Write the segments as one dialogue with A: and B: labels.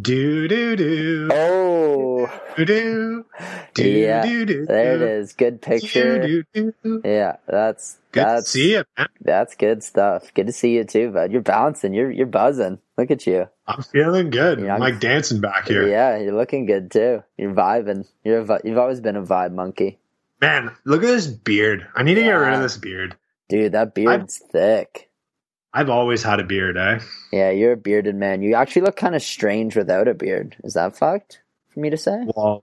A: Do do do
B: Oh,
A: do do do
B: Yeah,
A: do do.
B: there it is. Good picture.
A: Do, do, do.
B: Yeah, that's
A: Good
B: that's
A: to see you, man.
B: that's good stuff. Good to see you too, bud. You're bouncing. You're you're buzzing. Look at you.
A: I'm feeling good.
B: Yeah,
A: I'm
B: I'm-
A: like dancing back here.
B: Yeah, you're looking good too. You're vibing. You're a, vi- you've always been a vibe monkey,
A: Man, look at this beard. I need to get rid of
B: Yeah.
A: this beard.
B: dude. That beard's thick.
A: I've always had a beard, eh?
B: Yeah, you're a bearded man. You actually look kind of strange without a beard. Is that fucked for me to say?
A: Well,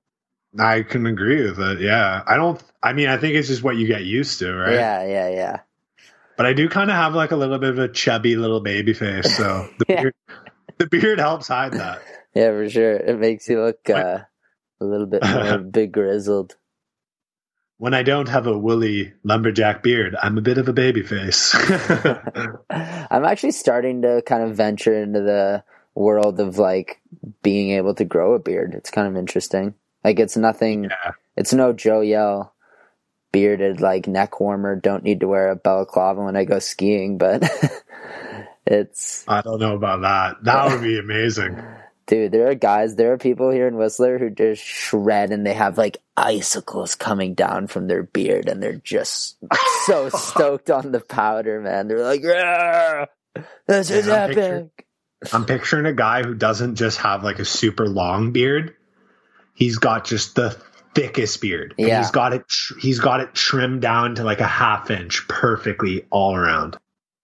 A: I can agree with it. Yeah. I don't, I mean, I think it's just what you get used to, right?
B: Yeah, yeah, yeah.
A: But I do kind of have like a little bit of a chubby little baby face. So the,
B: Yeah.
A: beard, the beard helps hide that.
B: Yeah, for sure. It makes you look uh, a little bit more begrizzled.
A: When I don't have a woolly lumberjack beard, I'm a bit of a baby face.
B: I'm actually starting to kind of venture into the world of like being able to grow a beard. It's kind of interesting. Like it's nothing.
A: Yeah.
B: It's no Joe Yell bearded like neck warmer. Don't need to wear a balaclava when I go skiing, but it's
A: I don't know about that. That would be amazing.
B: dude. There are guys. There are people here in Whistler who just shred and they have like icicles coming down from their beard, and they're just so stoked on the powder, man. They're like, "Yeah, this is
A: Yeah, I'm
B: epic.
A: picturing- I'm picturing a guy who doesn't just have like a super long beard. He's got just the thickest beard. And
B: Yeah.
A: He's got it tr- he's got it trimmed down to like a half inch perfectly all around.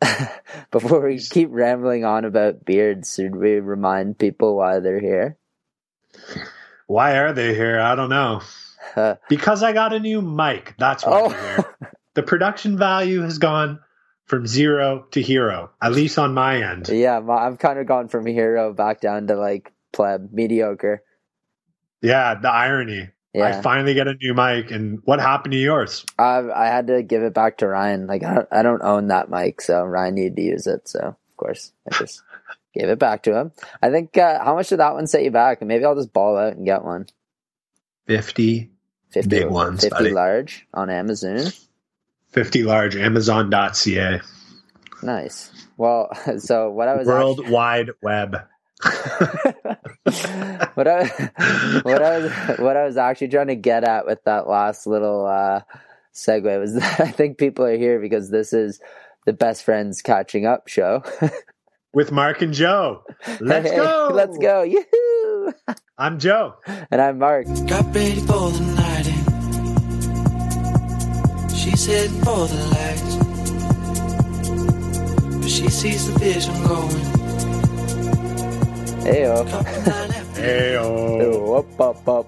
B: Before we keep rambling on about beards, should we remind people why they're here?
A: Why are they here? I don't know.
B: Uh,
A: Because I got a new mic. That's why
B: Oh.
A: they're here. The production value has gone from zero to hero, at least on my end.
B: yeah, my, I've kind of gone from hero back down to like pleb, mediocre.
A: Yeah, the irony. I
B: Yeah,
A: finally get a new mic and what happened to yours?
B: I, I had to give it back to Ryan. Like I don't, I don't own that mic, so Ryan needed to use it. So of course, I just gave it back to him. I think uh, how much did that one set you back? And maybe I'll just ball out and get one.
A: 50
B: 50,
A: Big ones,
B: 50
A: buddy.
B: large on Amazon.
A: 50 large amazon.ca.
B: Nice. Well, so what I was actually-
A: World Wide Web.
B: what I what I was what I was actually trying to get at with that last little uh, segue was that I think people are here because this is the best friends catching up show.
A: With Mark and Joe. Let's
B: Hey,
A: go.
B: Let's go! Yoo-hoo!
A: I'm Joe.
B: And I'm Mark.
C: Got ready for the night in. She's heading for the lights. But she sees the vision going.
B: Hey,
C: Couple night after
A: Hey,
B: up, up, up.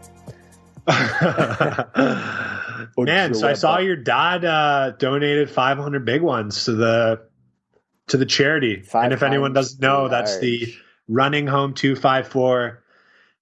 A: Man, so I saw your dad uh, donated 500 big ones to the to the charity. And if anyone doesn't know, that's the Running Home 254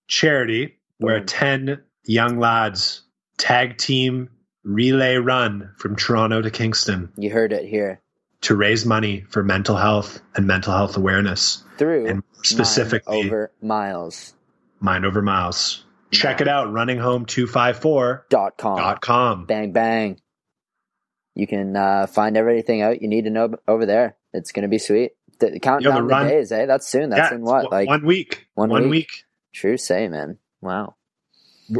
A: charity where
B: Boom.
A: 10 young lads tag team relay run from Toronto to Kingston
B: You heard it here
A: to raise money for mental health and mental health awareness.
B: through
A: and specifically
B: Mind over miles
A: mind over miles check it out runninghome254.com
B: dot com. bang bang you can uh, find everything out you need to know over there it's gonna be sweet the, count
A: Yo, the
B: down the,
A: run-
B: days eh that's soon that's
A: Yeah,
B: in
A: it's
B: what
A: one-
B: like
A: one week
B: one
A: one,
B: week?
A: week.
B: true say man wow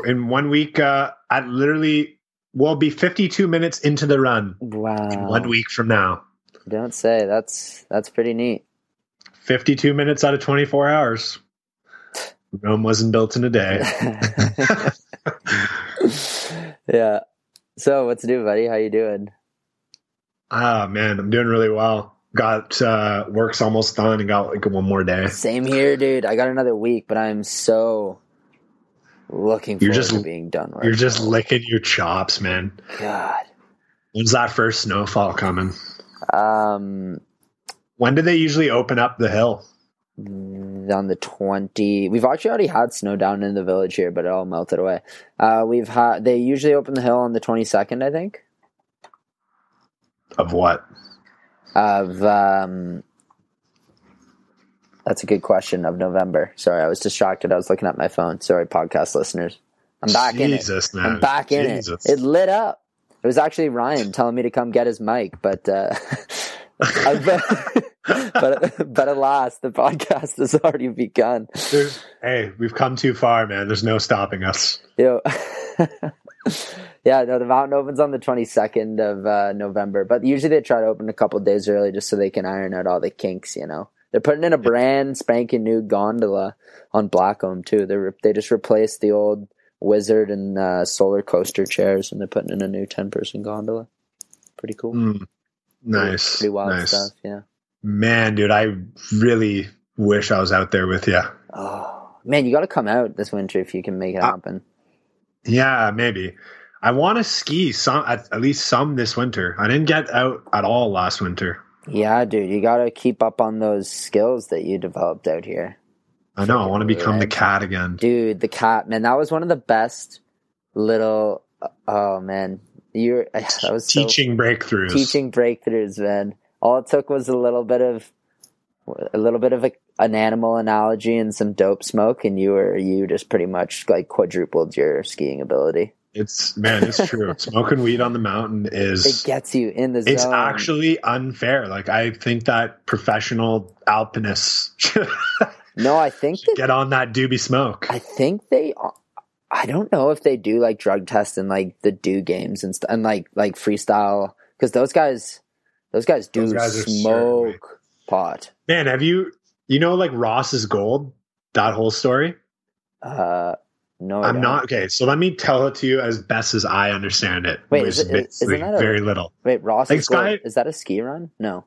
A: in one week uh i literally will be 52 minutes into the run in
B: wow
A: one week from now
B: don't say that's that's pretty neat
A: 52 minutes out of 24 hours rome wasn't built in a day
B: yeah so what's new buddy how you doing
A: ah man i'm doing really well got uh work's almost done and got like one more day
B: same here dude i got another week but i'm so looking
A: You're
B: forward
A: just-
B: to being done with
A: you're just licking your chops man
B: god
A: when's that first snowfall coming
B: um
A: When do they usually open up the hill?
B: on the 20 we've actually already had snow down in the village here but it all melted away uh we've had they usually open the hill on the 22nd i think
A: Of what?
B: of um that's a good question of november sorry i was distracted i was looking at my phone sorry podcast listeners i'm back in
A: Jesus,
B: it
A: man.
B: i'm back in
A: Jesus.
B: it it lit up it was actually ryan telling me to come get his mic but uh I've, but but alas, the podcast has already begun.
A: There's, hey, we've come too far, man. There's no stopping us.
B: Yo. yeah, no, the mountain opens on the 22nd of uh, November, but usually they try to open a couple days early just so they can iron out all the kinks, you know. They're putting in a brand spanking new gondola on Blackcomb too. They re- they just replaced the old wizard and uh, solar coaster chairs, and they're putting in a new ten person gondola. Pretty cool.
A: Mm, nice,
B: pretty wild
A: nice.
B: stuff. Yeah.
A: Man, dude, I really wish I was out there with you.
B: Oh man, you got to come out this winter if you can make it
A: Uh,
B: happen.
A: Yeah, maybe. I want to ski some, at, at least some this winter. I didn't get out at all last winter.
B: Yeah, dude, you got to keep up on those skills that you developed out here.
A: I know. I want to become the
B: Right.
A: cat again.
B: dude the cat man that was one of the best little oh man you're that was so-
A: Teaching breakthroughs.
B: teaching breakthroughs man all it took was a little bit of a little bit of a, an animal analogy and some dope smoke and you were you just pretty much like quadrupled your skiing ability
A: It's man, it's true. Smoking weed on the mountain
B: it
A: is
B: gets you in the zone
A: it's actually unfair. Like I think that professional alpinists should
B: no i think that
A: get on that doobie smoke.
B: I think they. I don't know if they do like drug tests and like the do games and st- and like like freestyle because those guys, those guys do
A: Those guys are certainly-
B: smoke pot.
A: Man, have you you know like Ross's gold? That whole story.
B: Uh, no, I
A: I'm
B: don't.
A: not okay. So let me tell it to you as best as I understand it.
B: Wait,
A: which
B: is it- is- isn't
A: basically
B: that a-
A: very little?
B: Wait, Ross
A: Like
B: is, gold-
A: Sky-
B: is that a ski run? No.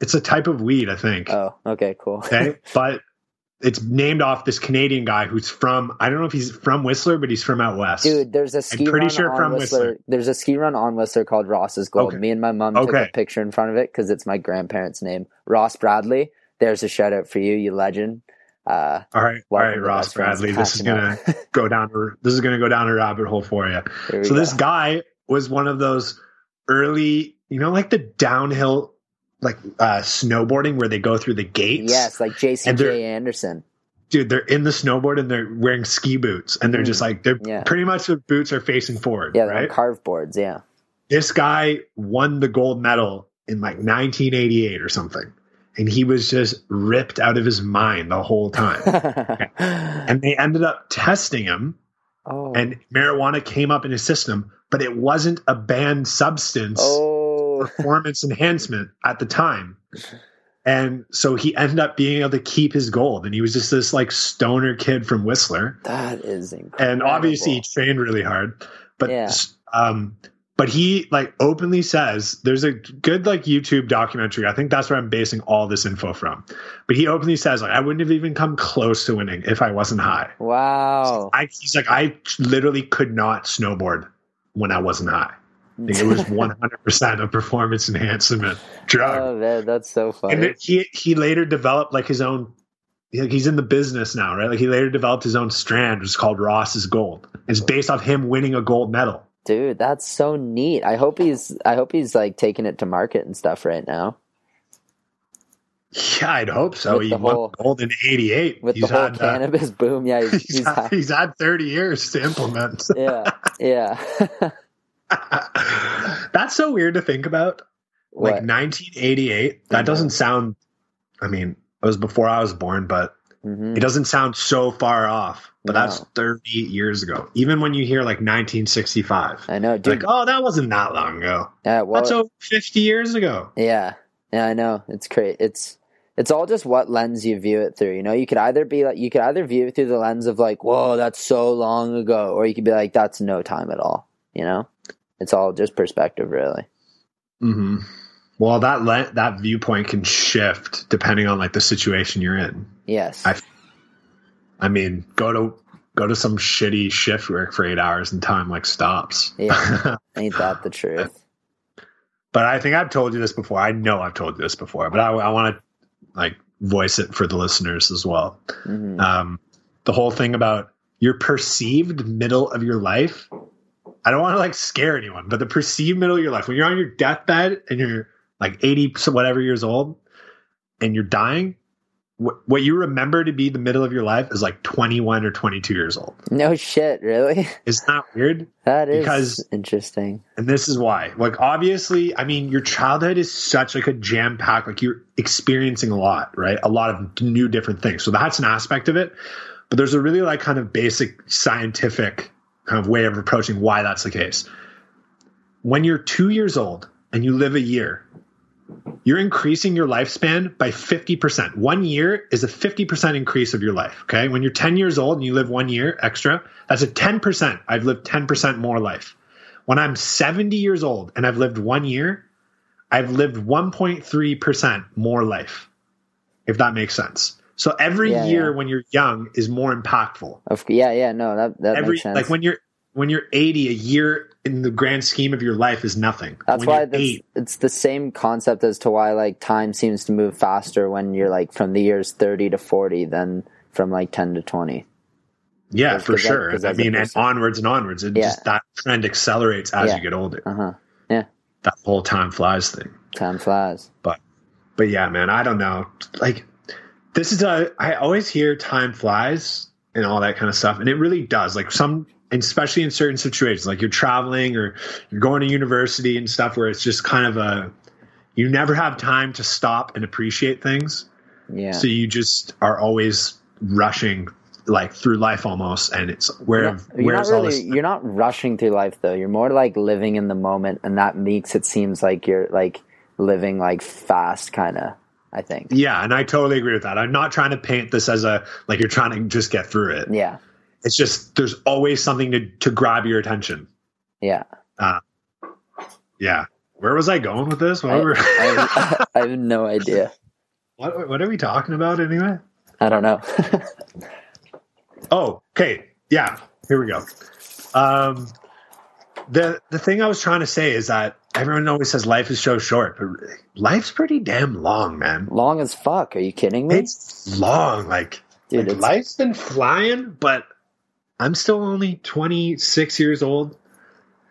A: It's a type of weed, I think.
B: Oh, okay, cool.
A: okay, but it's named off this Canadian guy who's from I don't know if he's from Whistler, but he's from out west.
B: Dude, there's a ski
A: pretty
B: run
A: sure
B: on
A: from
B: Whistler.
A: Whistler.
B: There's a ski run on Whistler called Ross's Gold.
A: Okay.
B: Me and my mom took
A: Okay.
B: a picture in front of it because it's my grandparents' name, Ross Bradley. There's a shout out for you, you legend. Uh,
A: all right, all
B: welcome
A: right,
B: to
A: Ross
B: Best Friends
A: Bradley. This is
B: Catching
A: gonna
B: Up.
A: go down. a- This is gonna go down a rabbit hole for you.
B: Here we
A: So this
B: go.
A: guy was one of those early, you know, like the downhill, like uh, snowboarding where they go through the gates.
B: Yes, like
A: And they're-
B: JCJ Anderson.
A: dude, they're in the snowboard and they're wearing ski boots, and they're just like they're
B: Mm. Yeah.
A: pretty much their boots are facing forward,
B: Yeah, they're on
A: right?
B: carve boards. Yeah.
A: this guy won the gold medal in like 1988 or something and he was just ripped out of his mind the whole time and they ended up testing him
B: oh.
A: and marijuana came up in his system but it wasn't a banned substance
B: oh.
A: performance enhancement at the time and so he ended up being able to keep his gold and he was just this like stoner kid from whistler
B: That is incredible.
A: and obviously he trained really hard but
B: Yeah.
A: um but he like openly says there's a good like youtube documentary i think that's where i'm basing all this info from but he openly says like i wouldn't have even come close to winning if i wasn't high
B: Wow.
A: I, he's like i literally could not snowboard when i wasn't high Like, it was 100% a performance enhancement drug
B: oh, man, that's so
A: and
B: funny.
A: it- he he later developed like his own like he's in the business now right like he later developed his own strand which is called ross's gold it's based off him winning a gold medal
B: Dude, that's so neat. I hope he's I hope he's like taking it to market and stuff right now.
A: yeah i'd hope so
B: With
A: he
B: the
A: won
B: whole-
A: gold in 88
B: With
A: he's
B: the whole
A: had, uh,
B: cannabis boom. Yeah, he's,
A: he's,
B: he's
A: had,
B: high.
A: he's had 30 years to implement
B: Yeah. Yeah.
A: that's so weird to think about
B: what?
A: like 1988 that
B: Mhm.
A: doesn't sound i mean it was before i was born but
B: Mhm.
A: it doesn't sound so far off but
B: No.
A: that's 30 years ago even when you hear like 1965
B: I know, dude.
A: like, oh, that wasn't that long ago.
B: yeah, well,
A: That's over 50 years ago.
B: Yeah. Yeah, I know. It's great. It's it's all just what lens you view it through. You know, you could either be like you could either view it through the lens of like, "Whoa, that's so long ago," or you could be like, "That's no time at all." You know? It's all just perspective, really.
A: Mm-hmm. Well, that le- that viewpoint can shift depending on like the situation you're in.
B: Yes.
A: I- I mean, go to go to some shitty shift work for eight hours and time like stops.
B: Yeah. Ain't that the truth?
A: but I think I've told you this before. I know I've told you this before, but I, I want to like voice it for the listeners as well.
B: hmm
A: um, the whole thing about your perceived middle of your life. I don't want to like scare anyone, but the perceived middle of your life, when you're on your deathbed and you're like 80 so whatever years old and you're dying, wh- what you remember to be the middle of your life is like 21 or 22 years old.
B: No shit, really?
A: Isn't that weird?
B: That is
A: Because-
B: interesting.
A: And this is why. Like, obviously, I mean, your childhood is such like a jam pack. Like, you're experiencing a lot, right? A lot of new different things. So that's an aspect of it. But there's a really like kind of basic scientific kind of way of approaching why that's the case. When you're two years old and you live a year, you're increasing your lifespan by 50%. One year is a 50% increase of your life. Okay. When you're 10 years old and you live one year extra, that's a 10%. I've lived 10% more life. When I'm 70 years old and I've lived one year, I've lived 1.3% more life, if that makes sense. So every
B: Yeah,
A: year
B: yeah.
A: when you're young is more impactful
B: Of, yeah, yeah, no, that that
A: every
B: makes sense.
A: like when you're when you're 80 a year in the grand scheme of your life is nothing
B: That's
A: when
B: why
A: you're
B: this,
A: eight,
B: it's the same concept as to why like time seems to move faster when you're like from the years thirty to forty than from like ten to twenty.
A: yeah
B: Because-
A: for
B: because that-
A: sure
B: because
A: i
B: as a
A: mean and
B: person-
A: onwards and onwards it
B: Yeah.
A: just that trend accelerates as
B: Yeah.
A: you get older
B: Uh huh.
A: that whole time flies thing
B: Time flies.
A: but yeah man i don't know like this is a i always hear time flies and all that kind of stuff and it really does like some and especially in certain situations like you're traveling or you're going to university and stuff where it's just kind of a you never have time to stop and appreciate things
B: Yeah.
A: So you just are always rushing like through life almost, and it's where
B: You're not- you're not
A: where's all
B: really
A: this?
B: you're not rushing through life though. You're more like living in the moment, and that makes it seems like you're like living like fast, kind of. I think.
A: Yeah, and I totally agree with that. I'm not trying to paint this as a like you're trying to just get through it.
B: Yeah.
A: It's just there's always something to to grab your attention.
B: Yeah.
A: Yeah. Where was I going with this? What,
B: I,
A: were,
B: I, I have no idea.
A: what, what are we talking about anyway?
B: I don't know.
A: Oh, okay. Yeah, here we go. Um, the the thing I was trying to say is that everyone always says life is so short, but life's pretty damn long, man.
B: Long as fuck. Are you kidding me?
A: It's long. Like,
B: Dude,
A: like,
B: it's-
A: life's been flying, but I'm still only 26 years old.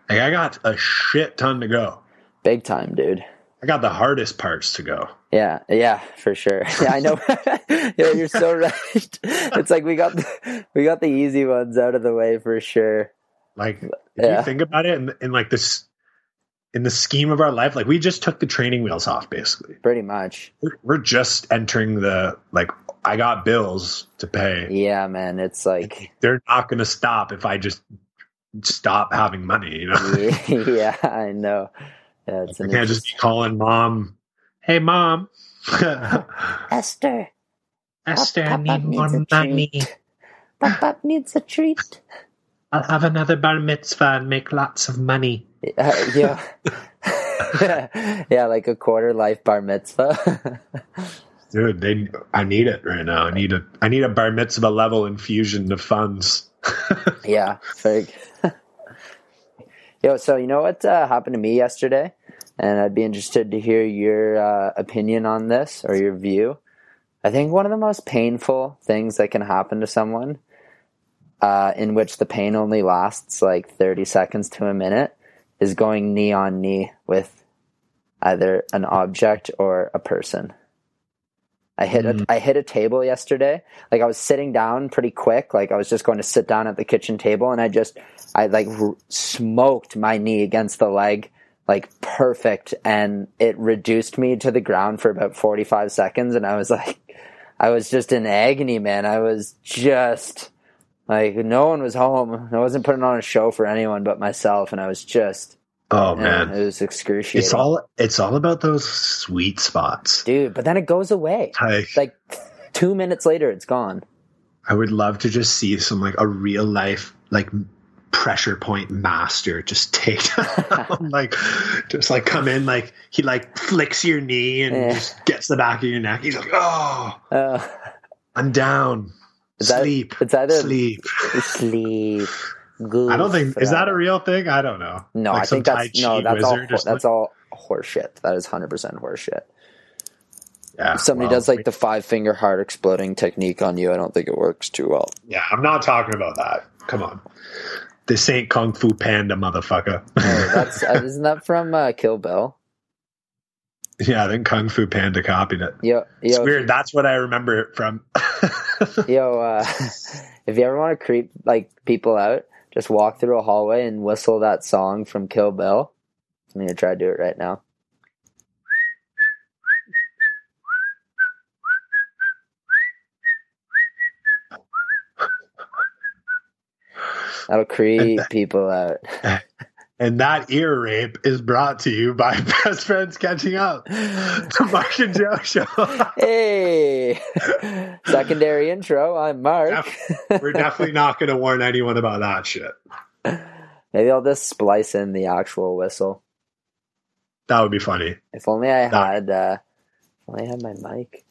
A: Like, I got a shit ton to go.
B: Big time, dude.
A: I got the hardest parts to go.
B: Yeah, yeah, for sure. Yeah, I know. yeah, you're so right. It's like we got the, we got the easy ones out of the way for sure.
A: Like, if
B: Yeah.
A: you think about it, in, in like this, in the scheme of our life, like we just took the training wheels off. Basically,
B: Pretty much.
A: we're, we're just entering the like. I got bills to pay.
B: Yeah, man. It's like
A: They're not going to stop if I just stop having money. You know.
B: yeah, I know. Yeah, it's
A: I
B: an
A: can't just be calling mom. Hey, mom.
B: Esther.
A: Esther, I
B: Papa
A: need more
B: needs a
A: money.
B: treat. Papa needs a treat.
A: I'll have another bar mitzvah and make lots of money.
B: Uh, yeah. yeah, like a quarter life bar mitzvah.
A: Dude, they, I need it right now. I need a, I need a bar mitzvah level infusion of funds.
B: Yeah, fake. Yo, so you know what uh, happened to me yesterday, and I'd be interested to hear your uh, opinion on this or your view. I think one of the most painful things that can happen to someone, uh, in which the pain only lasts like thirty seconds to a minute, is going knee on knee with either an object or a person. I hit
A: Mm.
B: a, I hit a table yesterday. Like I was sitting down pretty quick. Like I was just going to sit down at the kitchen table, and I just I like r- smoked my knee against the leg, like perfect, and it reduced me to the ground for about forty five seconds. And I was like, I was just in agony, man. I was just like no one was home. I wasn't putting on a show for anyone but myself, and I was just
A: Oh
B: man,
A: man,
B: it was excruciating,
A: it's all, it's all about those sweet spots.
B: dude. But then it goes away.
A: Like,
B: Like two minutes later, it's gone.
A: I would love to just see some like a real life like pressure point master just take down, like just like come in like he like flicks your knee and
B: Yeah.
A: just gets the back of your neck. He's like, oh,
B: Uh,
A: I'm down.
B: Is that-
A: sleep.
B: it's either-
A: sleep.
B: sleep.
A: I don't think is that a
B: real
A: real thing. I don't know.
B: no.
A: Like
B: I
A: some
B: think that's
A: Tai
B: no.
A: Chi
B: That's all.
A: wizard or
B: ho- That's all horseshit. That is hundred percent horseshit.
A: Yeah,
B: If somebody
A: well,
B: does like the five finger heart exploding technique on you, I don't think it works too well.
A: Yeah, I'm not talking about that. Come on, this ain't Kung Fu Panda, motherfucker.
B: No, that's uh, isn't that from uh, Kill Bill?
A: Yeah, I think Kung Fu Panda copied it.
B: Yo,
A: It's
B: yo,
A: weird. That's what I remember it from.
B: yo. Uh, if you ever want to creep like people out, just walk through a hallway and whistle that song from Kill Bill. I'm gonna try to do it right now. That'll creep people out.
A: and that ear rape is brought to you by Best Friends Catching Up, the Mark and Joe Show.
B: hey, secondary intro. I'm Mark.
A: Def- We're definitely not going to warn anyone about that shit.
B: Maybe I'll just splice in the actual whistle.
A: That would be funny.
B: If only I
A: Nah.
B: had, uh, if only I had my mic.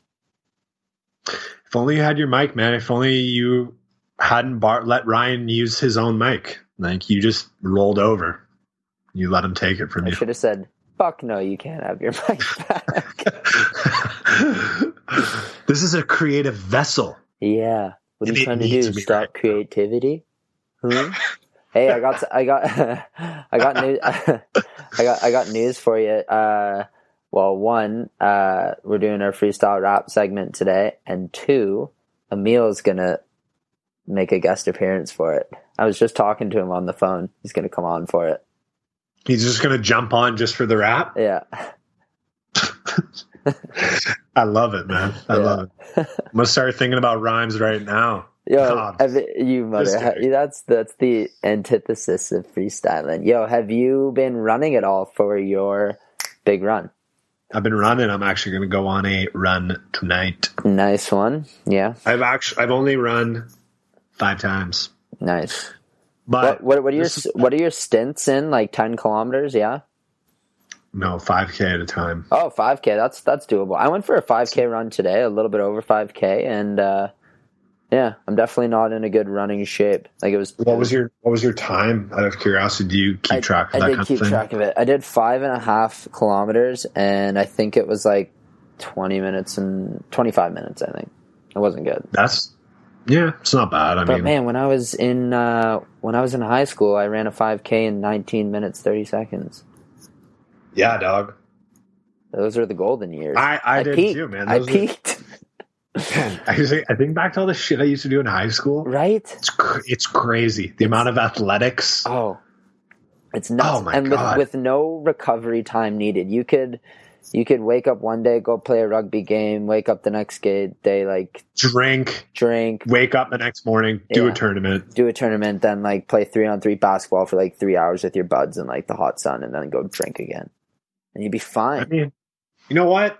A: If only you had your mic, man. If only you hadn't bar- let Ryan use his own mic. Like you just rolled over. You let him take it from
B: I
A: you.
B: should have said, "Fuck no, you can't have your mic back."
A: this is a creative vessel.
B: yeah, what are
A: It
B: you trying to do?
A: needs me
B: Stop
A: right now.
B: creativity? Hmm? hey, I got, I got, I got news. I got, I got news for you. Uh, well, one, uh, we're doing our freestyle rap segment today, and two, Emil's gonna make a guest appearance for it. I was just talking to him on the phone. He's gonna come on for it.
A: He's just gonna jump on just for the rap.
B: Yeah.
A: I love it, man. I
B: Yeah.
A: love it. I'm gonna start thinking about rhymes right now.
B: Yo,
A: God.
B: have you mother?
A: Just
B: ha-
A: kidding.
B: that's that's the antithesis of freestyling. Yo, have you been running at all for your big run?
A: I've been running. I'm actually gonna go on a run tonight.
B: Nice one. Yeah,
A: I've actually I've only run five times.
B: nice.
A: But
B: What what, what are your
A: this is-
B: what are your stints in? Like ten kilometers? Yeah.
A: no, five K at a time.
B: Oh, 5K. That's that's doable. I went for a 5K run today, a little bit over 5K, and uh, yeah, I'm definitely not in a good running shape. Like it was.
A: What was your what was your time out of curiosity? Do you keep
B: I,
A: track of
B: I
A: that
B: did
A: kind
B: keep
A: of thing?
B: track of it. I did five and a half kilometers, and I think it was like twenty minutes and twenty five minutes. I think it wasn't good.
A: That's yeah, it's not bad. I
B: But
A: mean
B: man, when I was in uh, when I was in high school, I ran a five k in nineteen minutes thirty seconds.
A: yeah, dog.
B: Those are the golden years.
A: I, I, did
B: peaked.
A: too, man.
B: I
A: Those are-
B: peaked,
A: Man, I, just think, I think back to all the shit I used to do in high school.
B: right?
A: It's cr- it's crazy the amount of athletics.
B: Oh, it's nuts.
A: Oh, my
B: and
A: God.
B: with with no recovery time needed, you could you could wake up one day, go play a rugby game, wake up the next ga- day, like
A: Drink,
B: drink,
A: wake up the next morning, do
B: Yeah.
A: a tournament.
B: do a tournament, then like play three on three basketball for like three hours with your buds in like the hot sun, and then go drink again, and you'd be
A: I
B: fine.
A: mean, you know what?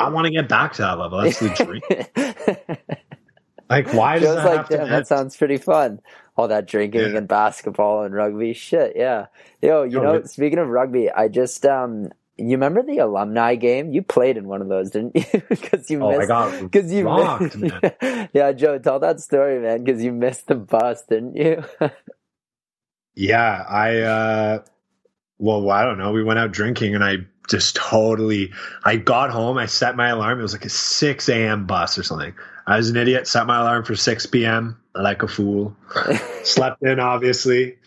A: I want to get back to that level. That's the dream. Like, why does
B: Joe's
A: that
B: like,
A: have to
B: damn, that
A: end?
B: sounds pretty fun. All that drinking
A: Yeah.
B: and basketball and rugby, shit, yeah. Yo, you
A: Yo,
B: know,
A: man.
B: speaking of rugby, I just um, you remember the alumni game? You played in one of those, didn't you? Because you
A: Oh, I
B: missed
A: got
B: Because you
A: rocked,
B: missed, yeah, Joe, tell that story, man. Because you missed the bus, didn't you?
A: Yeah, I uh well, I don't know. We went out drinking and I just totally I got home, I set my alarm, it was like a six AM bus or something. I was an idiot, set my alarm for six PM like a fool. Slept in obviously.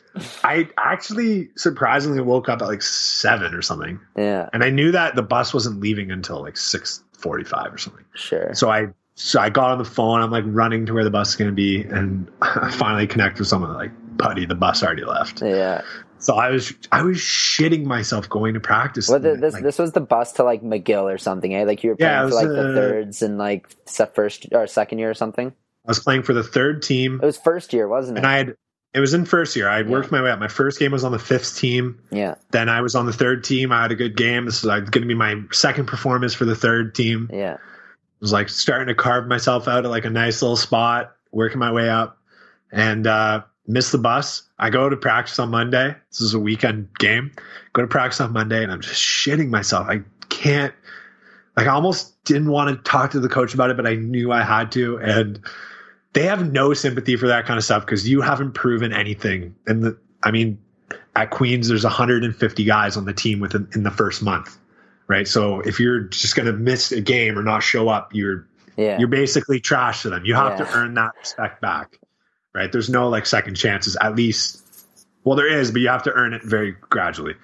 A: I actually surprisingly woke up at like seven or something.
B: yeah,
A: And I knew that the bus wasn't leaving until like six forty five or something.
B: sure.
A: So I so I got on the phone, I'm like running to where the bus is gonna be and I finally connect with someone like, buddy, the bus already left.
B: Yeah.
A: So I was I was shitting myself going to practice.
B: Well, th-
A: Like,
B: this this was the bus to like McGill or something, eh? Like you were playing
A: Yeah, it
B: for like
A: was,
B: the
A: uh,
B: thirds and like se- first or second year or something.
A: I was playing for the third team,
B: It was first year, wasn't it?
A: and I had it was in first year. I had
B: Oh, Yeah.
A: worked my way up. My first game was on the fifth team.
B: yeah,
A: Then I was on the third team. I had a good game. This is like going to be my second performance for the third team. I
B: yeah,
A: was like starting to carve myself out at like a nice little spot, working my way up, and uh, missed the bus. I go to practice on Monday. This is a weekend game. Go to practice on Monday, and I'm just shitting myself. I can't like I almost didn't want to talk to the coach about it, but I knew I had to. And they have no sympathy for that kind of stuff because you haven't proven anything. And the, I mean, at Queens, there's 150 guys on the team within in the first month, right? So if you're just going to miss a game or not show up, you're
B: yeah.
A: you're basically trash to them. You have
B: Yeah.
A: to earn that respect back, right? There's no like second chances. At least, well, there is, but you have to earn it very gradually.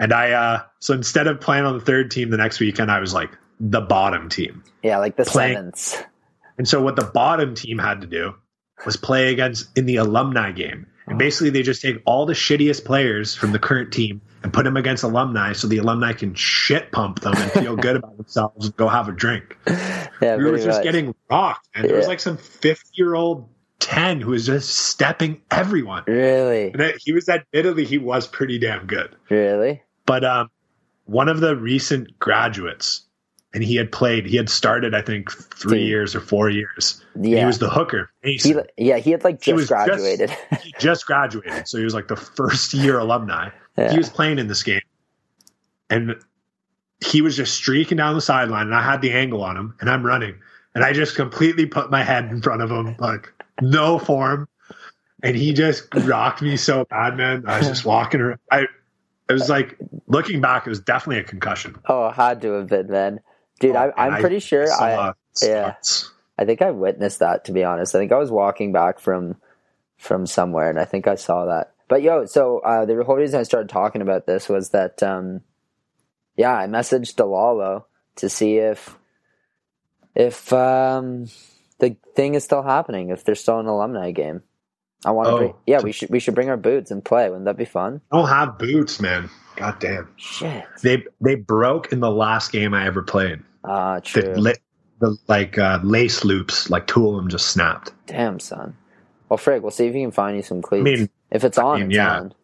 A: And I uh so instead of playing on the third team the next weekend, I was like the bottom team.
B: Yeah, like the
A: Playing-
B: sevens.
A: And so what the bottom team had to do was play against in the alumni game. And basically they just take all the shittiest players from the current team and put them against alumni so the alumni can shit pump them and feel good about themselves and go have a drink.
B: Yeah,
A: we were
B: pretty
A: just
B: much.
A: getting rocked. And there was
B: Yeah.
A: like some 50 year old 10 who was just stepping everyone.
B: really,
A: And that- he was admittedly, he was pretty damn good.
B: really.
A: But um, one of the recent graduates, and he had played, he had started, I think, three
B: Dude.
A: years or four years.
B: Yeah,
A: He was the hooker.
B: He,
A: Mason.
B: yeah, he had like
A: He
B: just
A: was just-
B: graduated.
A: he just graduated. So he was like the first year alumni.
B: yeah.
A: He was playing in this game. And he was just streaking down the sideline, and I had the angle on him, and I'm running. And I just completely put my head in front of him, like no form. And he just rocked me so bad, man. I was just walking around. I it was like looking back, it was definitely a concussion.
B: oh, had to have been then, dude. I,
A: Oh, And
B: I'm
A: I
B: pretty sure
A: saw
B: I, yeah.
A: spots.
B: I think I witnessed that to be honest. I think I was walking back from from somewhere and I think I saw that. But yo, so uh, the whole reason I started talking about this was that um, yeah, I messaged Delalo to see if if um, the thing is still happening, if there's still an alumni game. I want to
A: Oh.
B: bring, yeah, we should we should bring our boots and play. Wouldn't that be fun?
A: I don't have boots, man. God damn.
B: Shit.
A: They they broke in the last game I ever played.
B: Ah,
A: the,
B: true.
A: la- the like uh, lace loops, like two of them just snapped.
B: Damn, son. Well, Frig, we'll see if you can find you some cleats.
A: mean-
B: if it's on,
A: mean,
B: it's
A: yeah.
B: on.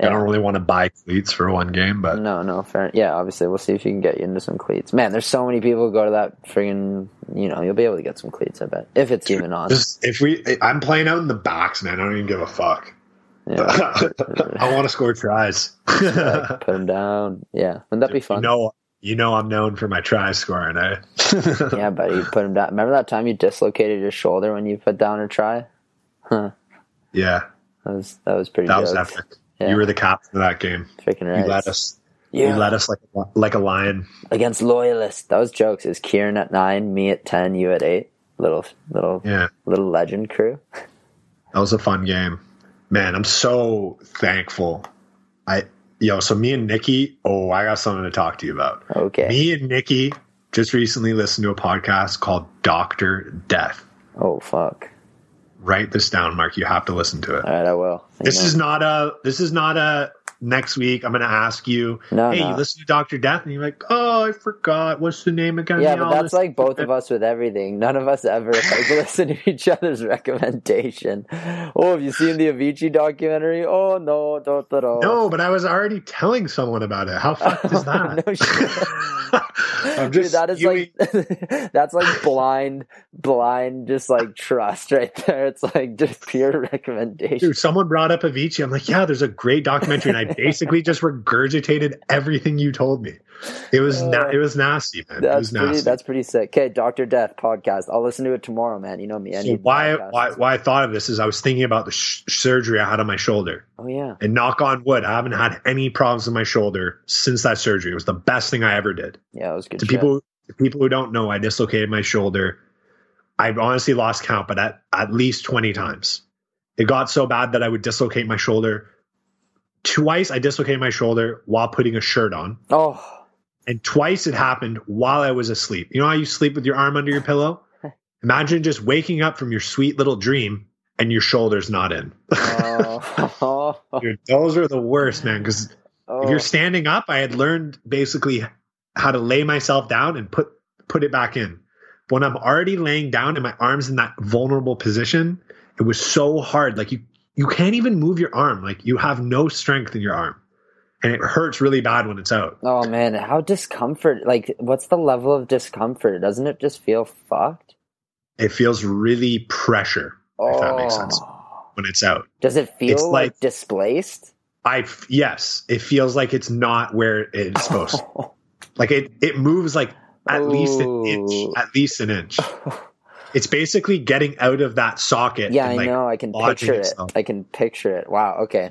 A: I
B: Yeah. Mm.
A: don't really want to buy cleats for one game, but
B: No, no, fair. Yeah, obviously, we'll see if you can get you into some cleats. Man, there's so many people who go to that friggin', you know, you'll be able to get some cleats, I bet. If it's even on.
A: just if we, I'm playing out in the box, man. I don't even give a fuck.
B: Yeah.
A: I want to score tries.
B: Like, put them down. Yeah. Wouldn't that be
A: You
B: fun?
A: know, you know, I'm known for my try scoring. Eh?
B: Yeah, buddy, you put them down. Remember that time you dislocated your shoulder when you put down a try?
A: yeah,
B: That was, that was pretty
A: that was
B: jokes.
A: epic.
B: Yeah.
A: You were the captain of that game.
B: Freaking
A: You
B: right.
A: led us. You
B: Yeah.
A: led us like a li- like a lion.
B: Against Loyalist. That was jokes. It was Kieran at 9, me at 10, you at 8. Little, little,
A: Yeah,
B: little legend crew.
A: that was a fun game, man. I'm so thankful. I yo, so me and Nikki. Oh, I got something to talk to you about.
B: Okay.
A: Me and Nikki just recently listened to a podcast called Doctor Death.
B: Oh, fuck.
A: Write this down, Mark. You have to listen to it.
B: All right, I will. You
A: This
B: know.
A: is not a. This is not a. Next week, I'm going to ask you.
B: No,
A: hey,
B: no.
A: you listen to Doctor Death, and you're like, oh, I forgot. What's the name again?
B: Yeah, but that's like both of us with everything. None of us ever like listen to each other's recommendation. Oh, have you seen the Avicii documentary? Oh no, don't at all.
A: No, but I was already telling someone about it. How fucked is that?
B: Oh, No shit.
A: I'm
B: Dude,
A: just
B: that is
A: spewing-
B: like that's like blind, blind, just like trust right there. It's like just pure recommendation.
A: Dude, someone brought up Avicii. I'm like, yeah, there's a great documentary, and I basically just regurgitated everything you told me. It was na- it was nasty, man. it
B: Uh, that's
A: was
B: pretty.
A: nasty.
B: That's pretty sick. Okay, Doctor Death podcast. I'll listen to it tomorrow, man. You know me. I
A: so
B: need
A: why
B: podcasts.
A: why why I thought of this is I was thinking about the sh- surgery I had on my shoulder,
B: Oh yeah.
A: and knock on wood, I haven't had any problems with my shoulder since that surgery. It was the best thing I ever did.
B: Yeah, it was good.
A: To
B: shit.
A: people to people who don't know, I dislocated my shoulder. I honestly lost count, but at, at least 20 times. It got so bad that I would dislocate my shoulder. Twice I dislocated my shoulder while putting a shirt on.
B: Oh,
A: And twice it happened while I was asleep. You know how you sleep with your arm under your pillow? Imagine just waking up from your sweet little dream and your shoulder's not in.
B: oh,
A: Dude, those are the worst, man. Because if
B: oh.
A: you're standing up, I had learned basically how to lay myself down and put put it back in. When I'm already laying down and my arms in that vulnerable position, it was so hard. Like you you can't even move your arm. Like you have no strength in your arm. And it hurts really bad when it's out.
B: Oh man, how discomfort! Like, what's the level of discomfort? Doesn't it just feel fucked?
A: It feels really pressure
B: Oh,
A: If that makes sense. when it's out.
B: Does it feel
A: It's
B: like,
A: like-
B: displaced?
A: I f- yes, it feels like it's not where it's supposed to. Like it it moves like at least an
B: Ooh.
A: inch, at least an inch. It's basically getting out of that socket.
B: yeah,
A: and,
B: I
A: like,
B: know. I can
A: lodging
B: picture it.
A: itself.
B: I can picture it. Wow. Okay.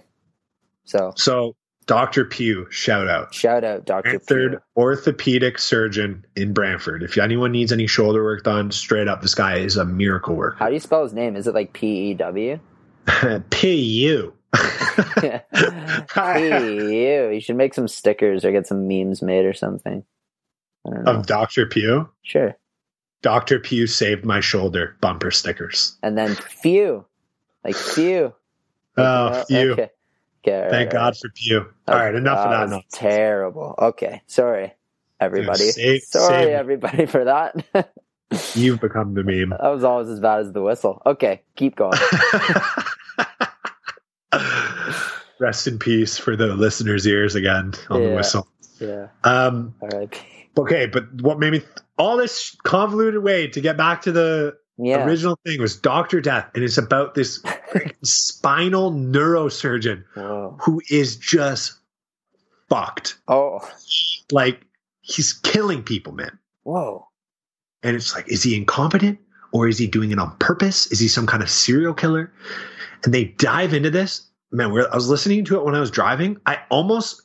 B: So
A: So, Dr. Pugh, shout out.
B: shout out, Doctor
A: Brantford orthopedic surgeon in Brantford. If anyone needs any shoulder work done, straight up, this guy is a miracle worker.
B: How do you spell his name? Is it like P E W?
A: P U.
B: hey, E you. You should make some stickers or get some memes made or something. I don't know.
A: of Dr. Pew.
B: sure.
A: Dr. Pew saved my shoulder bumper stickers.
B: And then few. Like few.
A: Oh,
B: Uh,
A: Pew.
B: Okay. Okay, all right,
A: Thank
B: all right.
A: God for Pew. All right, enough of that.
B: was
A: nonsense.
B: Ah, Terrible. Okay, sorry, everybody.
A: save-
B: sorry,
A: save-
B: everybody, for that. that
A: You've become the meme.
B: was always as bad as the whistle. Okay, keep going.
A: Rest in peace for the listeners' ears again on the
B: Yeah.
A: whistle.
B: yeah.
A: Um,
B: All right.
A: okay, but what made me all this convoluted way to get back to the
B: Yeah.
A: original thing was Doctor Death, and it's about this freaking spinal neurosurgeon
B: Whoa.
A: who is just fucked.
B: Oh.
A: Like he's killing people, man.
B: Whoa.
A: And it's like, is he incompetent or is he doing it on purpose? Is he some kind of serial killer? And they dive into this. Man, we're, I was listening to it when I was driving. I almost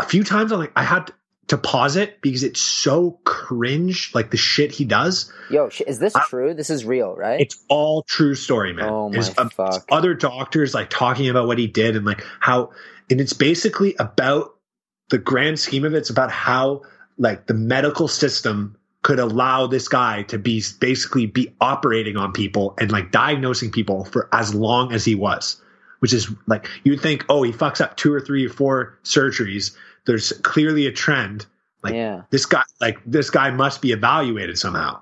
A: a few times I like I had to pause it because it's so cringe, like the shit he does.
B: Yo, sh- is this
A: I-
B: true? This is real, right?
A: It's all true story, man.
B: Oh my
A: It's, um,
B: fuck.
A: Other doctors like talking about what he did and like how, and it's basically about the grand scheme of it, it's about how like the medical system could allow this guy to be basically be operating on people and like diagnosing people for as long as he was which is like you'd think oh he fucks up two or three or four surgeries there's clearly a trend like
B: yeah.
A: this guy like this guy must be evaluated somehow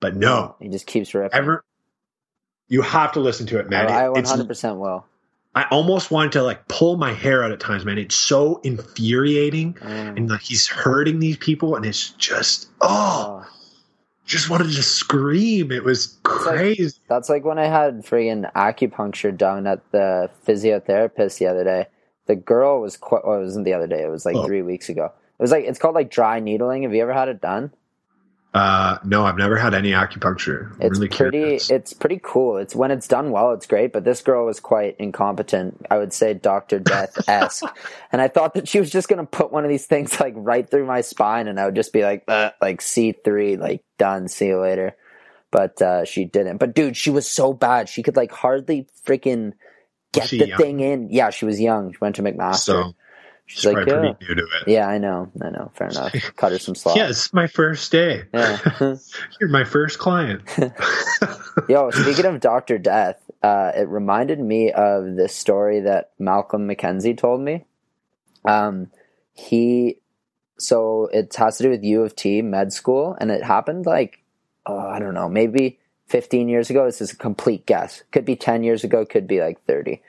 A: but no
B: He just keeps ripping.
A: ever you have to listen to it man
B: I, I
A: It- it's
B: 100% will.
A: I almost wanted to like pull my hair out at times, man. It's so infuriating.
B: Mm.
A: And like he's hurting these people, and it's just oh,
B: Oh.
A: just wanted to scream. It was crazy.
B: That's like when I had friggin' acupuncture done at the physiotherapist the other day. The girl was quite, well, it wasn't the other day, it was like
A: Oh.
B: three weeks ago. It was like, it's called like dry needling. Have you ever had it done?
A: Uh, no, I've never had any acupuncture. I'm
B: It's
A: really
B: pretty,
A: curious.
B: it's pretty cool. It's when it's done well, it's great, but this girl was quite incompetent. I would say Dr. Death esque. and I thought that she was just going to put one of these things like right through my spine and I would just be like, "Ugh," like C3, like done, see you later. But uh, she didn't. But dude, she was so bad. She could like hardly freaking get
A: she
B: the
A: young?
B: thing in. Yeah, she was young. She went to McMaster.
A: so
B: She's
A: she's
B: like,
A: probably
B: yeah.
A: pretty new to it.
B: yeah, I know. I know. Fair enough. Cut her some slack.
A: Yeah, it's my first day.
B: Yeah.
A: You're my first client.
B: Yo, speaking of Doctor Death, uh, it reminded me of this story that Malcolm McKenzie told me. Um, he, so it has to do with U of T med school, and it happened like oh, I don't know, maybe fifteen years ago. This is a complete guess. Could be ten years ago. Could be like thirty.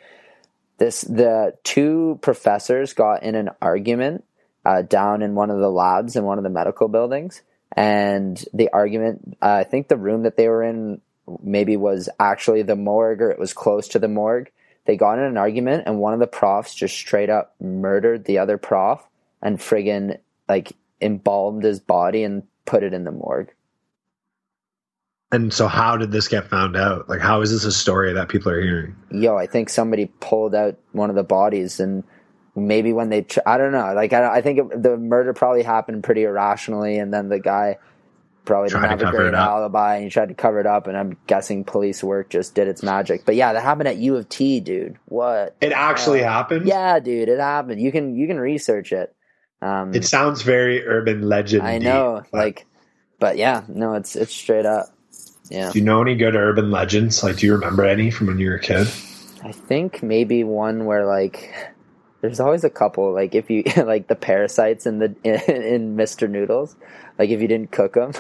B: This the two professors got in an argument uh, down in one of the labs in one of the medical buildings, and the argument. Uh, I think the room that they were in maybe was actually the morgue or it was close to the morgue. They got in an argument and one of the profs just straight up murdered the other prof and friggin' like embalmed his body and put it in the morgue.
A: and so, how did this get found out? Like, how is this a story that people are hearing?
B: Yo, I think somebody pulled out one of the bodies and maybe when they, tr- I don't know, like I, I think it, the murder probably happened pretty irrationally and then the guy probably
A: Tried to
B: didn't have a
A: cover
B: great
A: it up.
B: alibi and he tried to cover it up and I'm guessing police work just did its magic. But yeah, that happened at U of T, dude. What?
A: It actually
B: Uh,
A: happened.
B: Yeah, dude, it happened. You can you can research it. Um,
A: It sounds very urban legend.
B: I know, like, but yeah, no, it's it's straight up. Yeah,
A: Do you know any good urban legends? Like, do you remember any from when you were a kid?
B: I think maybe one where like there's always a couple like if you like the parasites in the in, in Mr. Noodles, like if you didn't cook them.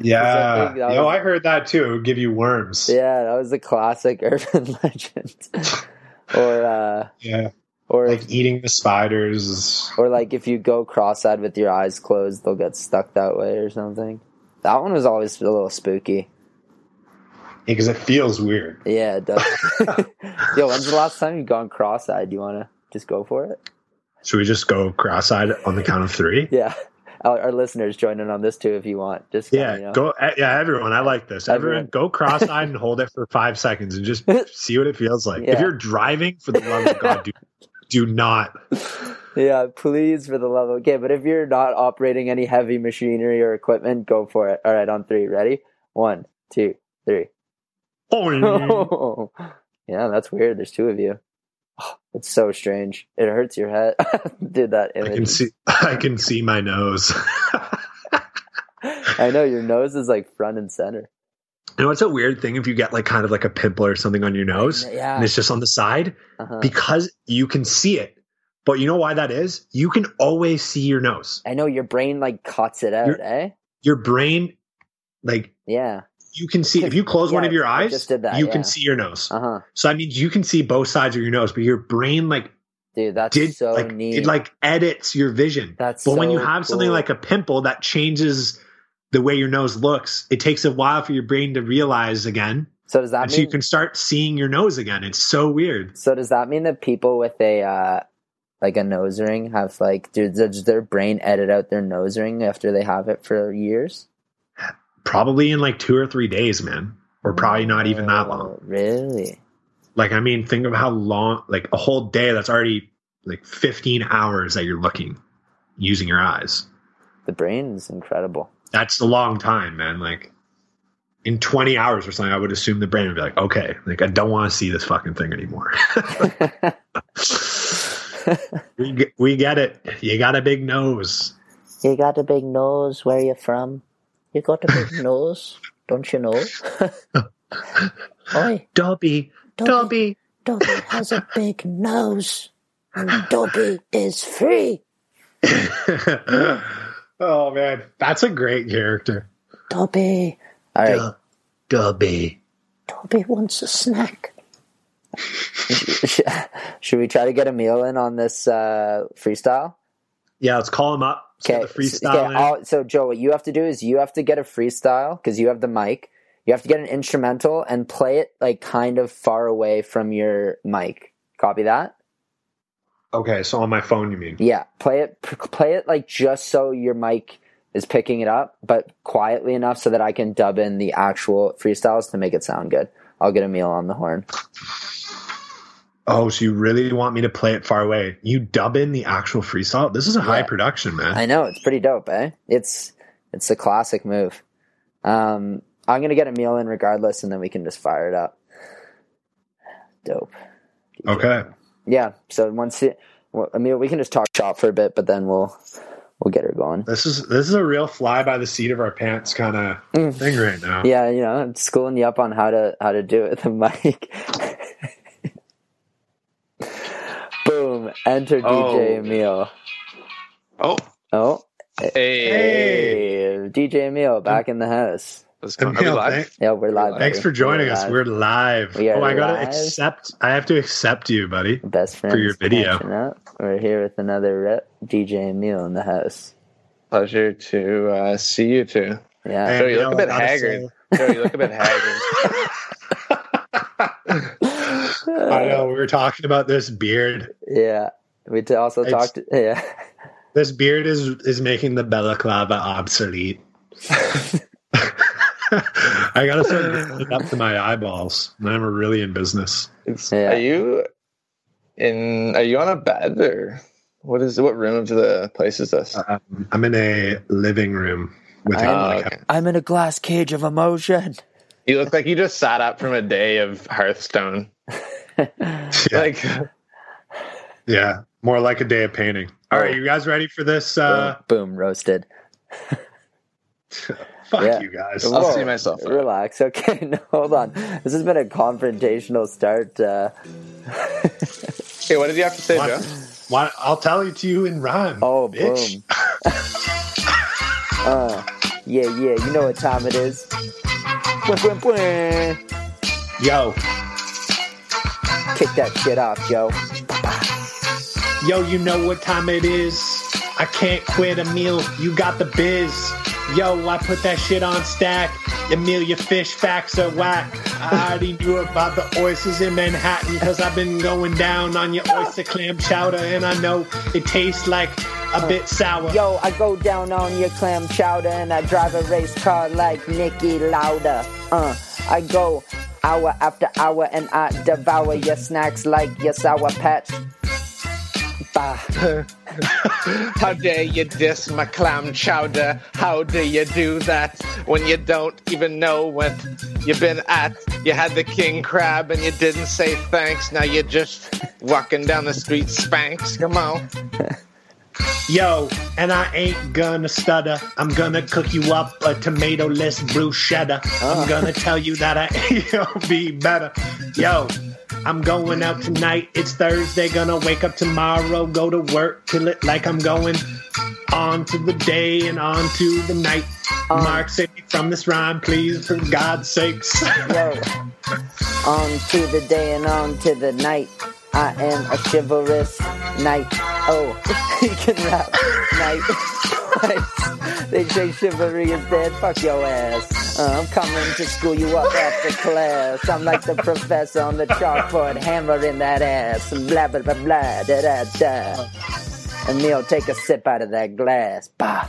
A: Yeah.
B: That was-
A: no, I heard that too. It would give you worms.
B: yeah, that was a classic urban legend. or uh
A: Yeah.
B: or
A: Like eating the spiders. is-
B: Or like if you go cross-eyed with your eyes closed, they'll get stuck that way or something. That one was always a little spooky.
A: Because it feels weird.
B: Yeah, it does. Yo, when's the last time you've gone cross-eyed? Do you want to just go for it?
A: Should we just go cross eyed on the count of three?
B: Yeah. Our, our listeners join in on this too if you want. Just kinda,
A: Yeah,
B: you know.
A: go. eh, Yeah, everyone, I like this. Everyone,
B: Everyone.
A: go cross-eyed and hold it for five seconds and just see what it feels like. If
B: Yeah.
A: you're driving, for the love of God, do, do not.
B: Yeah, please for the love of okay. But if you're not operating any heavy machinery or equipment, go for it. All right, on three, ready? One, two, three.
A: Oing. Mm-hmm.
B: yeah, that's weird. There's two of you. Oh, It's so strange. It hurts your head. Dude, that image.
A: I can see. I can see my nose.
B: I know your nose is like front and center.
A: You know, it's a weird thing if you get like kind of like a pimple or something on your nose,
B: Yeah.
A: and it's just on the side
B: Uh-huh.
A: because you can see it. But you know why that is? You can always see your nose.
B: I know your brain like cuts it out,
A: You're-
B: eh?
A: Your brain, like
B: Yeah.
A: you can see if you close
B: Yeah,
A: one of your
B: I
A: eyes,
B: just did that,
A: you
B: yeah.
A: can see your nose.
B: Uh huh.
A: So that means you can see both sides of your nose, but your brain like
B: Dude, that's
A: did
B: so
A: like
B: neat.
A: it like edits your vision.
B: That's
A: but when you
B: so
A: have something
B: cool.
A: like a pimple that changes the way your nose looks, it takes a while for your brain to realize again,
B: so does that
A: and so you
B: mean
A: can start seeing your nose again. It's so weird.
B: so does that mean that people with a uh like a nose ring have like dude does their brain edit out their nose ring after they have it for years?
A: Probably in like two or three days, man, or probably not even that long.
B: Oh, Really?
A: Like I mean, think of how long, like a whole day. That's already like fifteen hours that you're looking using your eyes.
B: The brain is incredible.
A: that's a long time, man. Like in 20 hours or something, I would assume the brain would be like, okay, like I don't want to see this fucking thing anymore. we get, we get it. You got a big nose.
B: you got a big nose, where you from? You got a big nose, don't you know? Oi,
A: Dobby, Dobby.
B: Dobby has a big nose. And Dobby is free.
A: oh man, that's a great character.
B: Dobby. All right,
A: Dob- Dobby.
B: Dobby wants a snack. Should we try to get a meal in on this uh, freestyle?
A: Yeah, let's call him up. Okay, the
B: s- okay,
A: freestyle. in.
B: I'll- so, Joe, what you have to do is you have to get a freestyle because you have the mic. You have to get an instrumental and play it like kind of far away from your mic. Copy that.
A: okay, so on my phone, you mean?
B: Yeah, play it. p- Play it like just so your mic is picking it up, but quietly enough so that I can dub in the actual freestyles to make it sound good. I'll get a meal on the horn.
A: Oh, so you really want me to play it far away? You dub in the actual freestyle? This is a high
B: Yeah.
A: production, man.
B: I know it's pretty dope, eh? It's it's a classic move. Um, I'm gonna get a meal in regardless, and then we can just fire it up. Dope.
A: okay.
B: Yeah. So once it, well, I mean, we can just talk shop for a bit, but then we'll we'll get her going.
A: This is this is a real fly by the seat of our pants kind of
B: Mm.
A: thing right now.
B: Yeah, you know, I'm schooling you up on how to how to do it with the mic. Boom! Enter DJ
D: Oh.
B: Emil.
D: Oh,
B: Oh,
D: hey.
B: hey, DJ Emil, back in the house.
D: Let's go.
A: And
D: Are we
A: Neil,
D: live?
A: thank-
B: Yeah, we're live.
A: thanks
B: buddy.
A: for joining us.
B: live.
A: We're live.
B: We are
A: oh, I gotta
B: live.
A: accept. I have to accept you, buddy.
B: best friends
A: your video.
B: catching up. We're here with another rep, DJ Emil in the house.
D: Pleasure to uh, see you two.
B: Yeah,
A: And
D: Joe, you look
A: Neil,
D: a bit
A: I gotta
D: haggard. Joe, you look a bit haggard.
A: say- I know. We were talking about this beard.
B: yeah. We t- also
A: It's-
B: talked. Yeah,
A: This beard is is making the balaclava obsolete. I gotta start getting it up to my eyeballs. I'm really in business.
B: Yeah.
D: Are you in? Are you on a bed or what is? What room of the place is this?
A: Um, I'm in a living room with a
B: I-
D: Oh,
A: like,
D: okay.
B: I'm in a glass cage of emotion.
D: You look like you just sat up from a day of Hearthstone.
A: yeah.
D: Like,
A: Yeah, more like a day of painting. All
B: Oh.
A: right, you guys ready for this? Uh,
B: boom, boom, roasted.
A: fuck
B: Yeah.
A: you guys.
D: I'll
B: Whoa,
D: see myself. out.
B: Relax. Okay, no, hold on. This has been a confrontational start. Uh,
D: Hey, what did you have to say,
A: Why-
D: Joe?
A: why- I'll tell it to you in rhyme.
B: oh,
A: bitch.
B: boom. uh, yeah, yeah. You know what time it is. Bwah, bwah, bwah.
A: Yo,
B: Kick that shit off, Joe.
A: yo, you know what time it is. I can't quit a meal. You got the biz. Yo, I put that shit on stack. Amelia fish facts are whack. I already knew about the oysters in Manhattan because I've been going down on your oyster clam chowder and I know it tastes like a bit sour.
B: Yo, I go down on your clam chowder and I drive a race car like Nicky Lauda. Uh, I go hour after hour and I devour your snacks like your sour patch
D: How dare you diss my clam chowder? How do you do that when you don't even know what you've been at? You had the king crab and you didn't say thanks. Now you're just walking down the street, Spanx. Come on.
A: Yo, and I ain't gonna stutter. I'm gonna cook you up a tomato-less bruschetta. I'm gonna tell you that I will be better. Yo, I'm going out tonight. It's Thursday. Gonna wake up tomorrow. Go to work. Kill it like I'm going on to the day and on to the night. Mark, save me from this rhyme, please, for God's sakes.
B: Yo, on to the day and on to the night. I am a chivalrous knight. Oh, he can rap knight. twice. They say chivalry is dead. Fuck your ass. Uh, I'm coming to school you up after class. I'm like the professor on the chalkboard, hammering that ass. Blah blah blah blah da da da. Emil, take a sip out of that glass. Bah.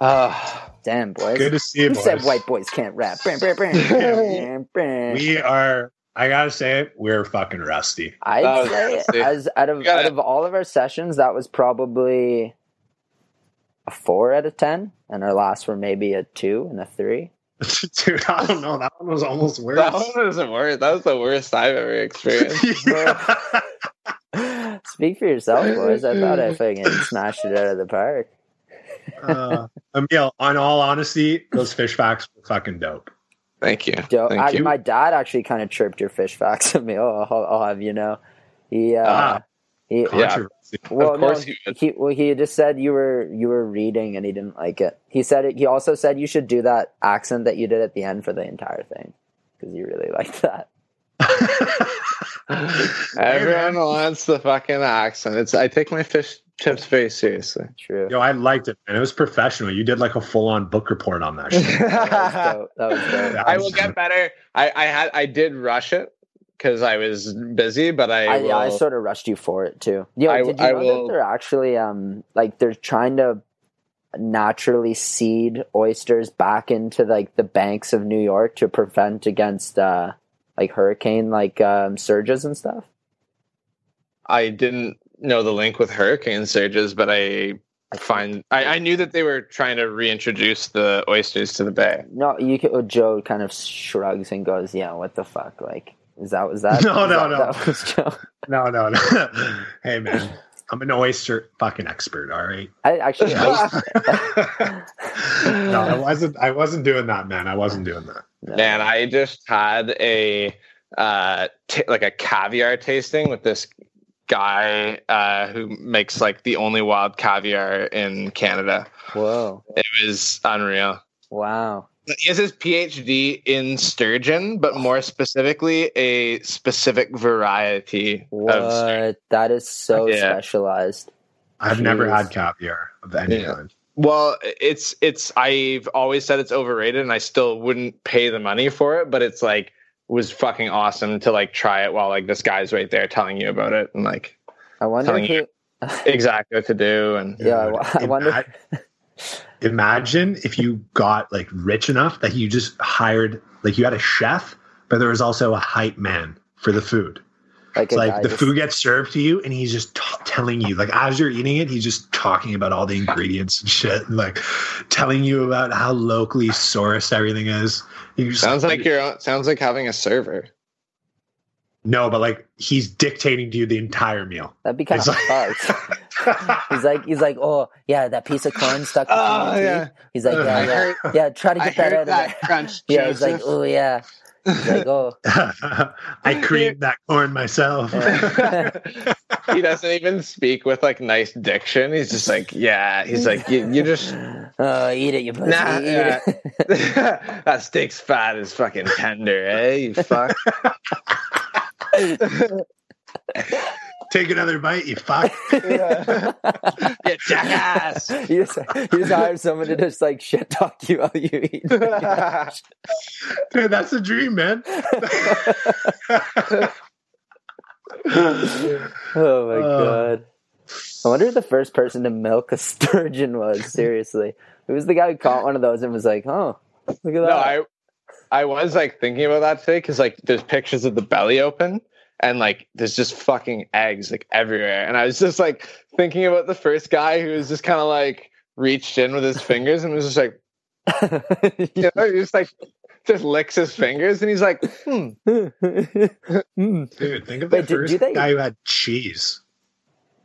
D: Uh,
B: Damn, boys.
A: Good to see you,
B: Who said
A: boys.
B: white boys can't rap? Bam, bam, bam. Bam, bam.
A: We are. I gotta say it. We're fucking rusty.
B: I'd
D: That was
B: say
D: nasty.
B: as out of
D: You gotta-
B: out of all of our sessions, that was probably a four out of ten, and our last were maybe a two and a three.
A: Dude, I don't know. That one was almost worse.
D: that one was the worst. That was the worst I've ever experienced.
A: Yeah.
B: Speak for yourself, boys. I thought I fucking smashed it out of the park.
A: uh, Emil, on all honesty, those fish facts were fucking dope.
D: Thank you.
B: Joe,
D: Thank
B: I,
D: you.
B: my dad actually kind of chirped your fish facts at me. Oh, I'll, I'll have you know, he uh,
A: Ah.
B: he.
D: Yeah.
A: Controversy.
B: Well, no,
D: course he
B: he,
D: would.
B: well, he just said you were you were reading and he didn't like it. He said it, he also said you should do that accent that you did at the end for the entire thing because you really liked that.
D: Everyone wants the fucking accent. It's I take my fish chips very seriously.
B: True.
A: Yo, I liked it, man. It was professional. You did like a full on book report on that shit.
B: That was dope. That was dope.
D: I will get better. I, I had I did rush it because I was busy, but I,
B: I,
D: will,
B: yeah, I sort of rushed you for it too. Yo,
D: I-
B: did you
D: I
B: know
D: will-
B: that they're actually um like they're trying to naturally seed oysters back into like the banks of New York to prevent against uh like hurricane like um surges and stuff?
D: I didn't know the link with hurricane surges, but I find I, I knew that they were trying to reintroduce the oysters to the bay.
B: No, you could, oh, Joe kind of shrugs and goes, "Yeah, what the fuck? Like, is that was that?
A: No, no,
B: was that,
A: no.
B: That was Joe.
A: No, no, no. hey, man. I'm an oyster fucking expert, all right?
B: I actually, I,
A: no, I wasn't I wasn't doing that, man. I wasn't doing that.
B: no.
D: Man, I just had a uh t- like a caviar tasting with this guy uh who makes like the only wild caviar in Canada.
B: whoa,
D: It was unreal.
B: wow,
D: He has his PhD in sturgeon, but more specifically, a specific variety of sturgeon.
B: what? That is so
D: Yeah.
B: specialized.
A: I've never
B: Jeez.
A: had caviar of any
D: Yeah.
A: kind.
D: Well, it's it's. I've always said it's overrated, and I still wouldn't pay the money for it. But it's like was fucking awesome to like try it while like this guy's right there telling you about it and like
B: I wonder
D: Telling
B: who.
D: exactly what to do. And
B: Yeah, I wa- I
A: Ima-
B: wonder-
A: imagine if you got like rich enough that you just hired like you had a chef, but there was also a hype man for the food.
B: Like, a
A: It's
B: guy
A: like the
B: just-
A: food gets served to you, and he's just t- telling you, like as you're eating it, he's just talking about all the ingredients and shit, and like telling you about how locally sourced everything is. You just-
D: sounds like your own, sounds like having a server.
A: no, but like he's dictating to you the entire meal.
B: That'd be kind
A: It's
B: of
A: like-
B: fucked. he's like, he's like, oh yeah, that piece of corn stuck between
D: Oh,
B: your teeth.
D: yeah.
B: He's like, yeah,
D: I
B: yeah,
D: heard-
B: yeah, try to get that out of there.
D: crunch.
B: Yeah, he's like, oh yeah, he's like, oh.
A: I creamed that corn myself.
D: he doesn't even speak with like nice diction. He's just like, yeah. He's like, you, you just
B: Oh, eat it, you pussy.
D: Nah,
B: eat
D: yeah.
B: it.
D: that steak's fat is fucking tender, eh? You fuck.
A: Take another bite, you fuck.
D: you jackass.
B: You just, you just hire someone to just like shit talk you while you eat.
A: Dude, that's a dream, man.
B: Oh my
A: Uh.
B: god! I wonder who the first person to milk a sturgeon was. Seriously, it was the guy who caught one of those and was like, "Oh, look at that!"
D: no, I I was like thinking about that today because like there's pictures of the belly open and like there's just fucking eggs like everywhere. And I was just like thinking about the first guy who was just kind of like reached in with his fingers and was just like, you know, he just like just licks his fingers and he's like, hmm,
A: Dude, think of
B: Wait,
A: the
B: did-
A: first
B: do they-
A: guy who had cheese.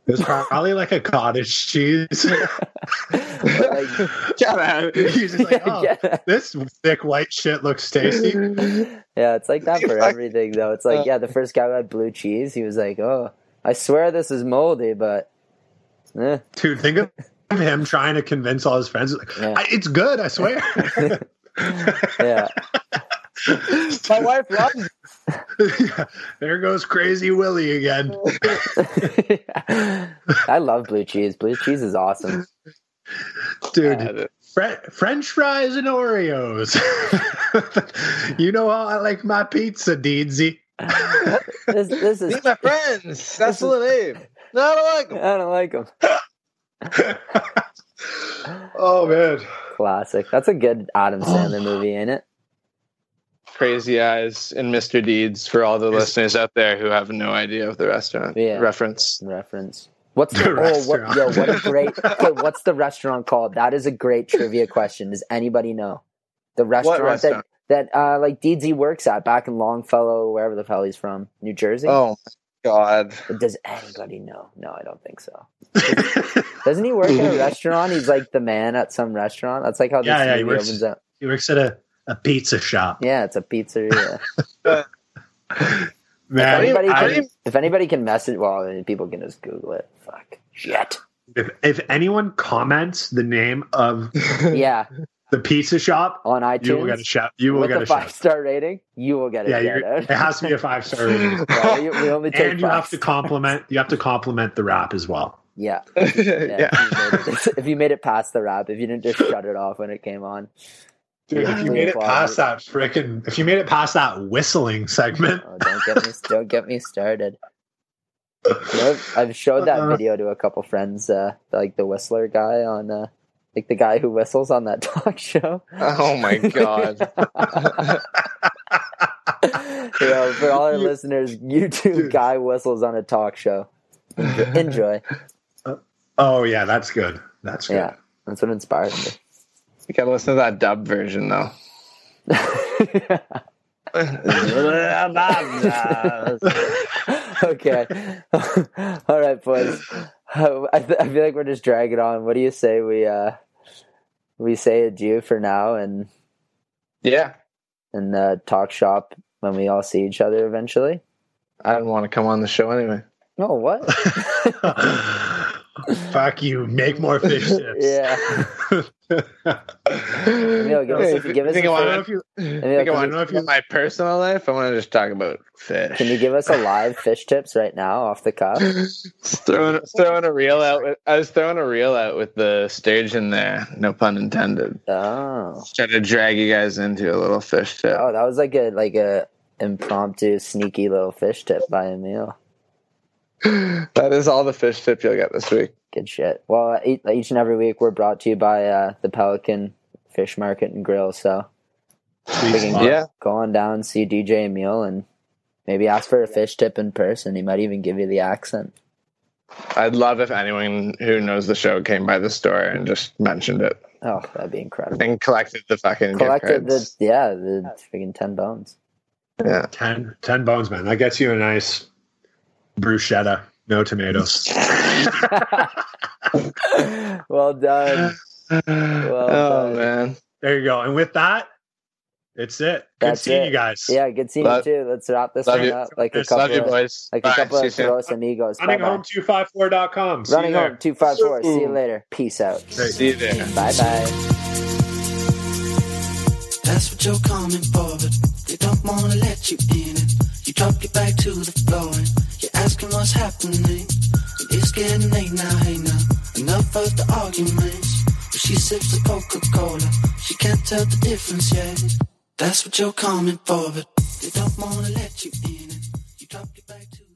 A: It was probably like a cottage cheese.
B: Like-
D: shut up.
A: He's just like, oh,
B: yeah.
A: this thick white shit looks tasty.
B: Yeah, it's like that for
D: Like-
B: everything though. It's
A: uh,
B: like, yeah, the first guy who had blue cheese, he was like, "Oh, I swear this is moldy, but eh,
A: Dude, think of him trying to convince all his friends, like,
B: Yeah.
A: I, it's good, I swear.
B: yeah,
D: My wife loves it.
A: Yeah, There goes Crazy Willie again.
B: I love blue cheese. Blue cheese is awesome.
A: Dude, Fre- French fries and Oreos. you know how I like my pizza, Deedsy.
B: This, this is
D: Be my friends. That's what it is. No, I don't like
B: I
D: 'em.
B: don't like them.
A: Oh man,
B: Classic. That's a good
A: Oh.
B: Adam Sandler movie, ain't it?
D: Crazy Eyes and Mr. Deeds for all the listeners out there who have no idea of the restaurant
B: Yeah.
D: reference.
B: Reference. What's
A: The
B: the, oh what, yo,
A: restaurant.
B: what a great okay, what's the restaurant called? That is a great trivia question. Does anybody know the restaurant,
D: restaurant?
B: that that uh, like DZ works at back in Longfellow, wherever the hell he's from, New Jersey?
D: Oh my god.
B: Does anybody know? No, I don't think so. Doesn't he work at a restaurant? He's like the man at some restaurant. That's like how this
A: Yeah, yeah, he
B: movie
A: works-
B: opens up.
A: he works at a, a pizza shop.
B: Yeah, it's a pizzeria. if,
A: Man,
B: anybody
A: I-
B: can, if anybody can message, well, then people can just Google it. Fuck. Shit.
A: if, if anyone comments the name of
B: Yeah,
A: the pizza shop,
B: on
A: you will get
B: iTunes.
A: a shout. You will
B: with
A: get
B: a
A: a
B: five
A: shout.
B: star rating, you will get a
A: Yeah,
B: shout
A: you're,
B: out.
A: it has to be a five star rating.
B: Well, we, we only take
A: And you
B: five
A: have to
B: stars.
A: compliment. You have to compliment the rap as well.
B: Yeah, yeah.
D: yeah.
B: If, you made it, if you made it past the rap, if you didn't just shut it off when it came on,
A: Dude,
B: Yeah.
A: if you made it
B: Wow.
A: past that freaking, if you made it past that whistling segment,
B: oh, don't get me don't get me started. You know, I've- I've showed that
A: Uh.
B: video to a couple friends, uh, like the whistler guy on, uh, like the guy who whistles on that talk show.
D: Oh my god.
B: You know, for all our listeners, YouTube guy whistles on a talk show. Enjoy.
A: oh yeah, that's good. That's good.
B: Yeah, that's what inspired me.
D: You gotta listen to that dub version though.
B: okay. All right, boys. Uh, I, th- I feel like we're just dragging on. What do you say we uh we say adieu for now and
D: yeah.
B: and uh, talk shop when we all see each other eventually?
D: I didn't want to come on the show anyway.
B: No, what?
A: Fuck you. Make more fish chips.
B: yeah. Emil, give us,
D: Hey,
B: give us
D: think I
A: I don't know
B: a,
D: wanna-
A: if you,
B: Emil,
D: think I
B: can,
D: want
B: you,
A: know if
D: to
A: you-
D: know my personal life. I want to just talk about fish.
B: can you give us a live fish tips right now off the cuff?
D: Just throwing throwing a reel out. With, I was throwing a reel out with the sturgeon there. No pun intended.
B: Oh.
D: Just Trying to drag you guys into a little fish tip.
B: Oh, that was like a like a impromptu sneaky little fish tip by Emil. Oh.
D: That is all the fish tip you'll get this week.
B: Good shit. Well, uh, each, each and every week we're brought to you by uh, the Pelican Fish Market and Grill. So
A: Please,
B: Wow.
D: Yeah,
B: go on down, see DJ Emil, and maybe ask for a fish tip in person. He might even give you the accent.
D: I'd love if anyone who knows the show came by the store and just mentioned it
B: Oh, that'd be incredible.
D: and collected the fucking
B: Collected
D: gift
B: the yeah
D: cards.
B: the freaking ten bones.
D: yeah.
A: 10, 10 bones, man. That gets you a nice bruschetta. No tomatoes.
B: well done.
D: oh
B: done.
D: man,
A: there you go. And with that, it's it. Good
B: That's
A: seeing
B: it.
A: you guys.
B: Yeah, good seeing
D: Love-
B: you too. Let's wrap this
D: love
B: one
D: you.
B: up like a
A: Love you,
B: couple
D: love you
B: of,
D: boys.
B: like
D: Bye.
B: a couple
D: See you
B: of
D: soon.
B: los amigos.
A: Running
B: Bye-bye.
A: home 254.com. See
B: Running
A: you there.
B: home two five four. See you later. Peace out.
D: See you there.
B: Bye bye.
C: That's what you're coming for, but they don't wanna let you in it. You drop your back to the floor and you're asking what's happening. And it's getting late now, hey now. Enough of the arguments. But she sips the Coca-Cola, she can't tell the difference yet. That's what you're coming for, but they don't wanna let you in it. You drop your back to the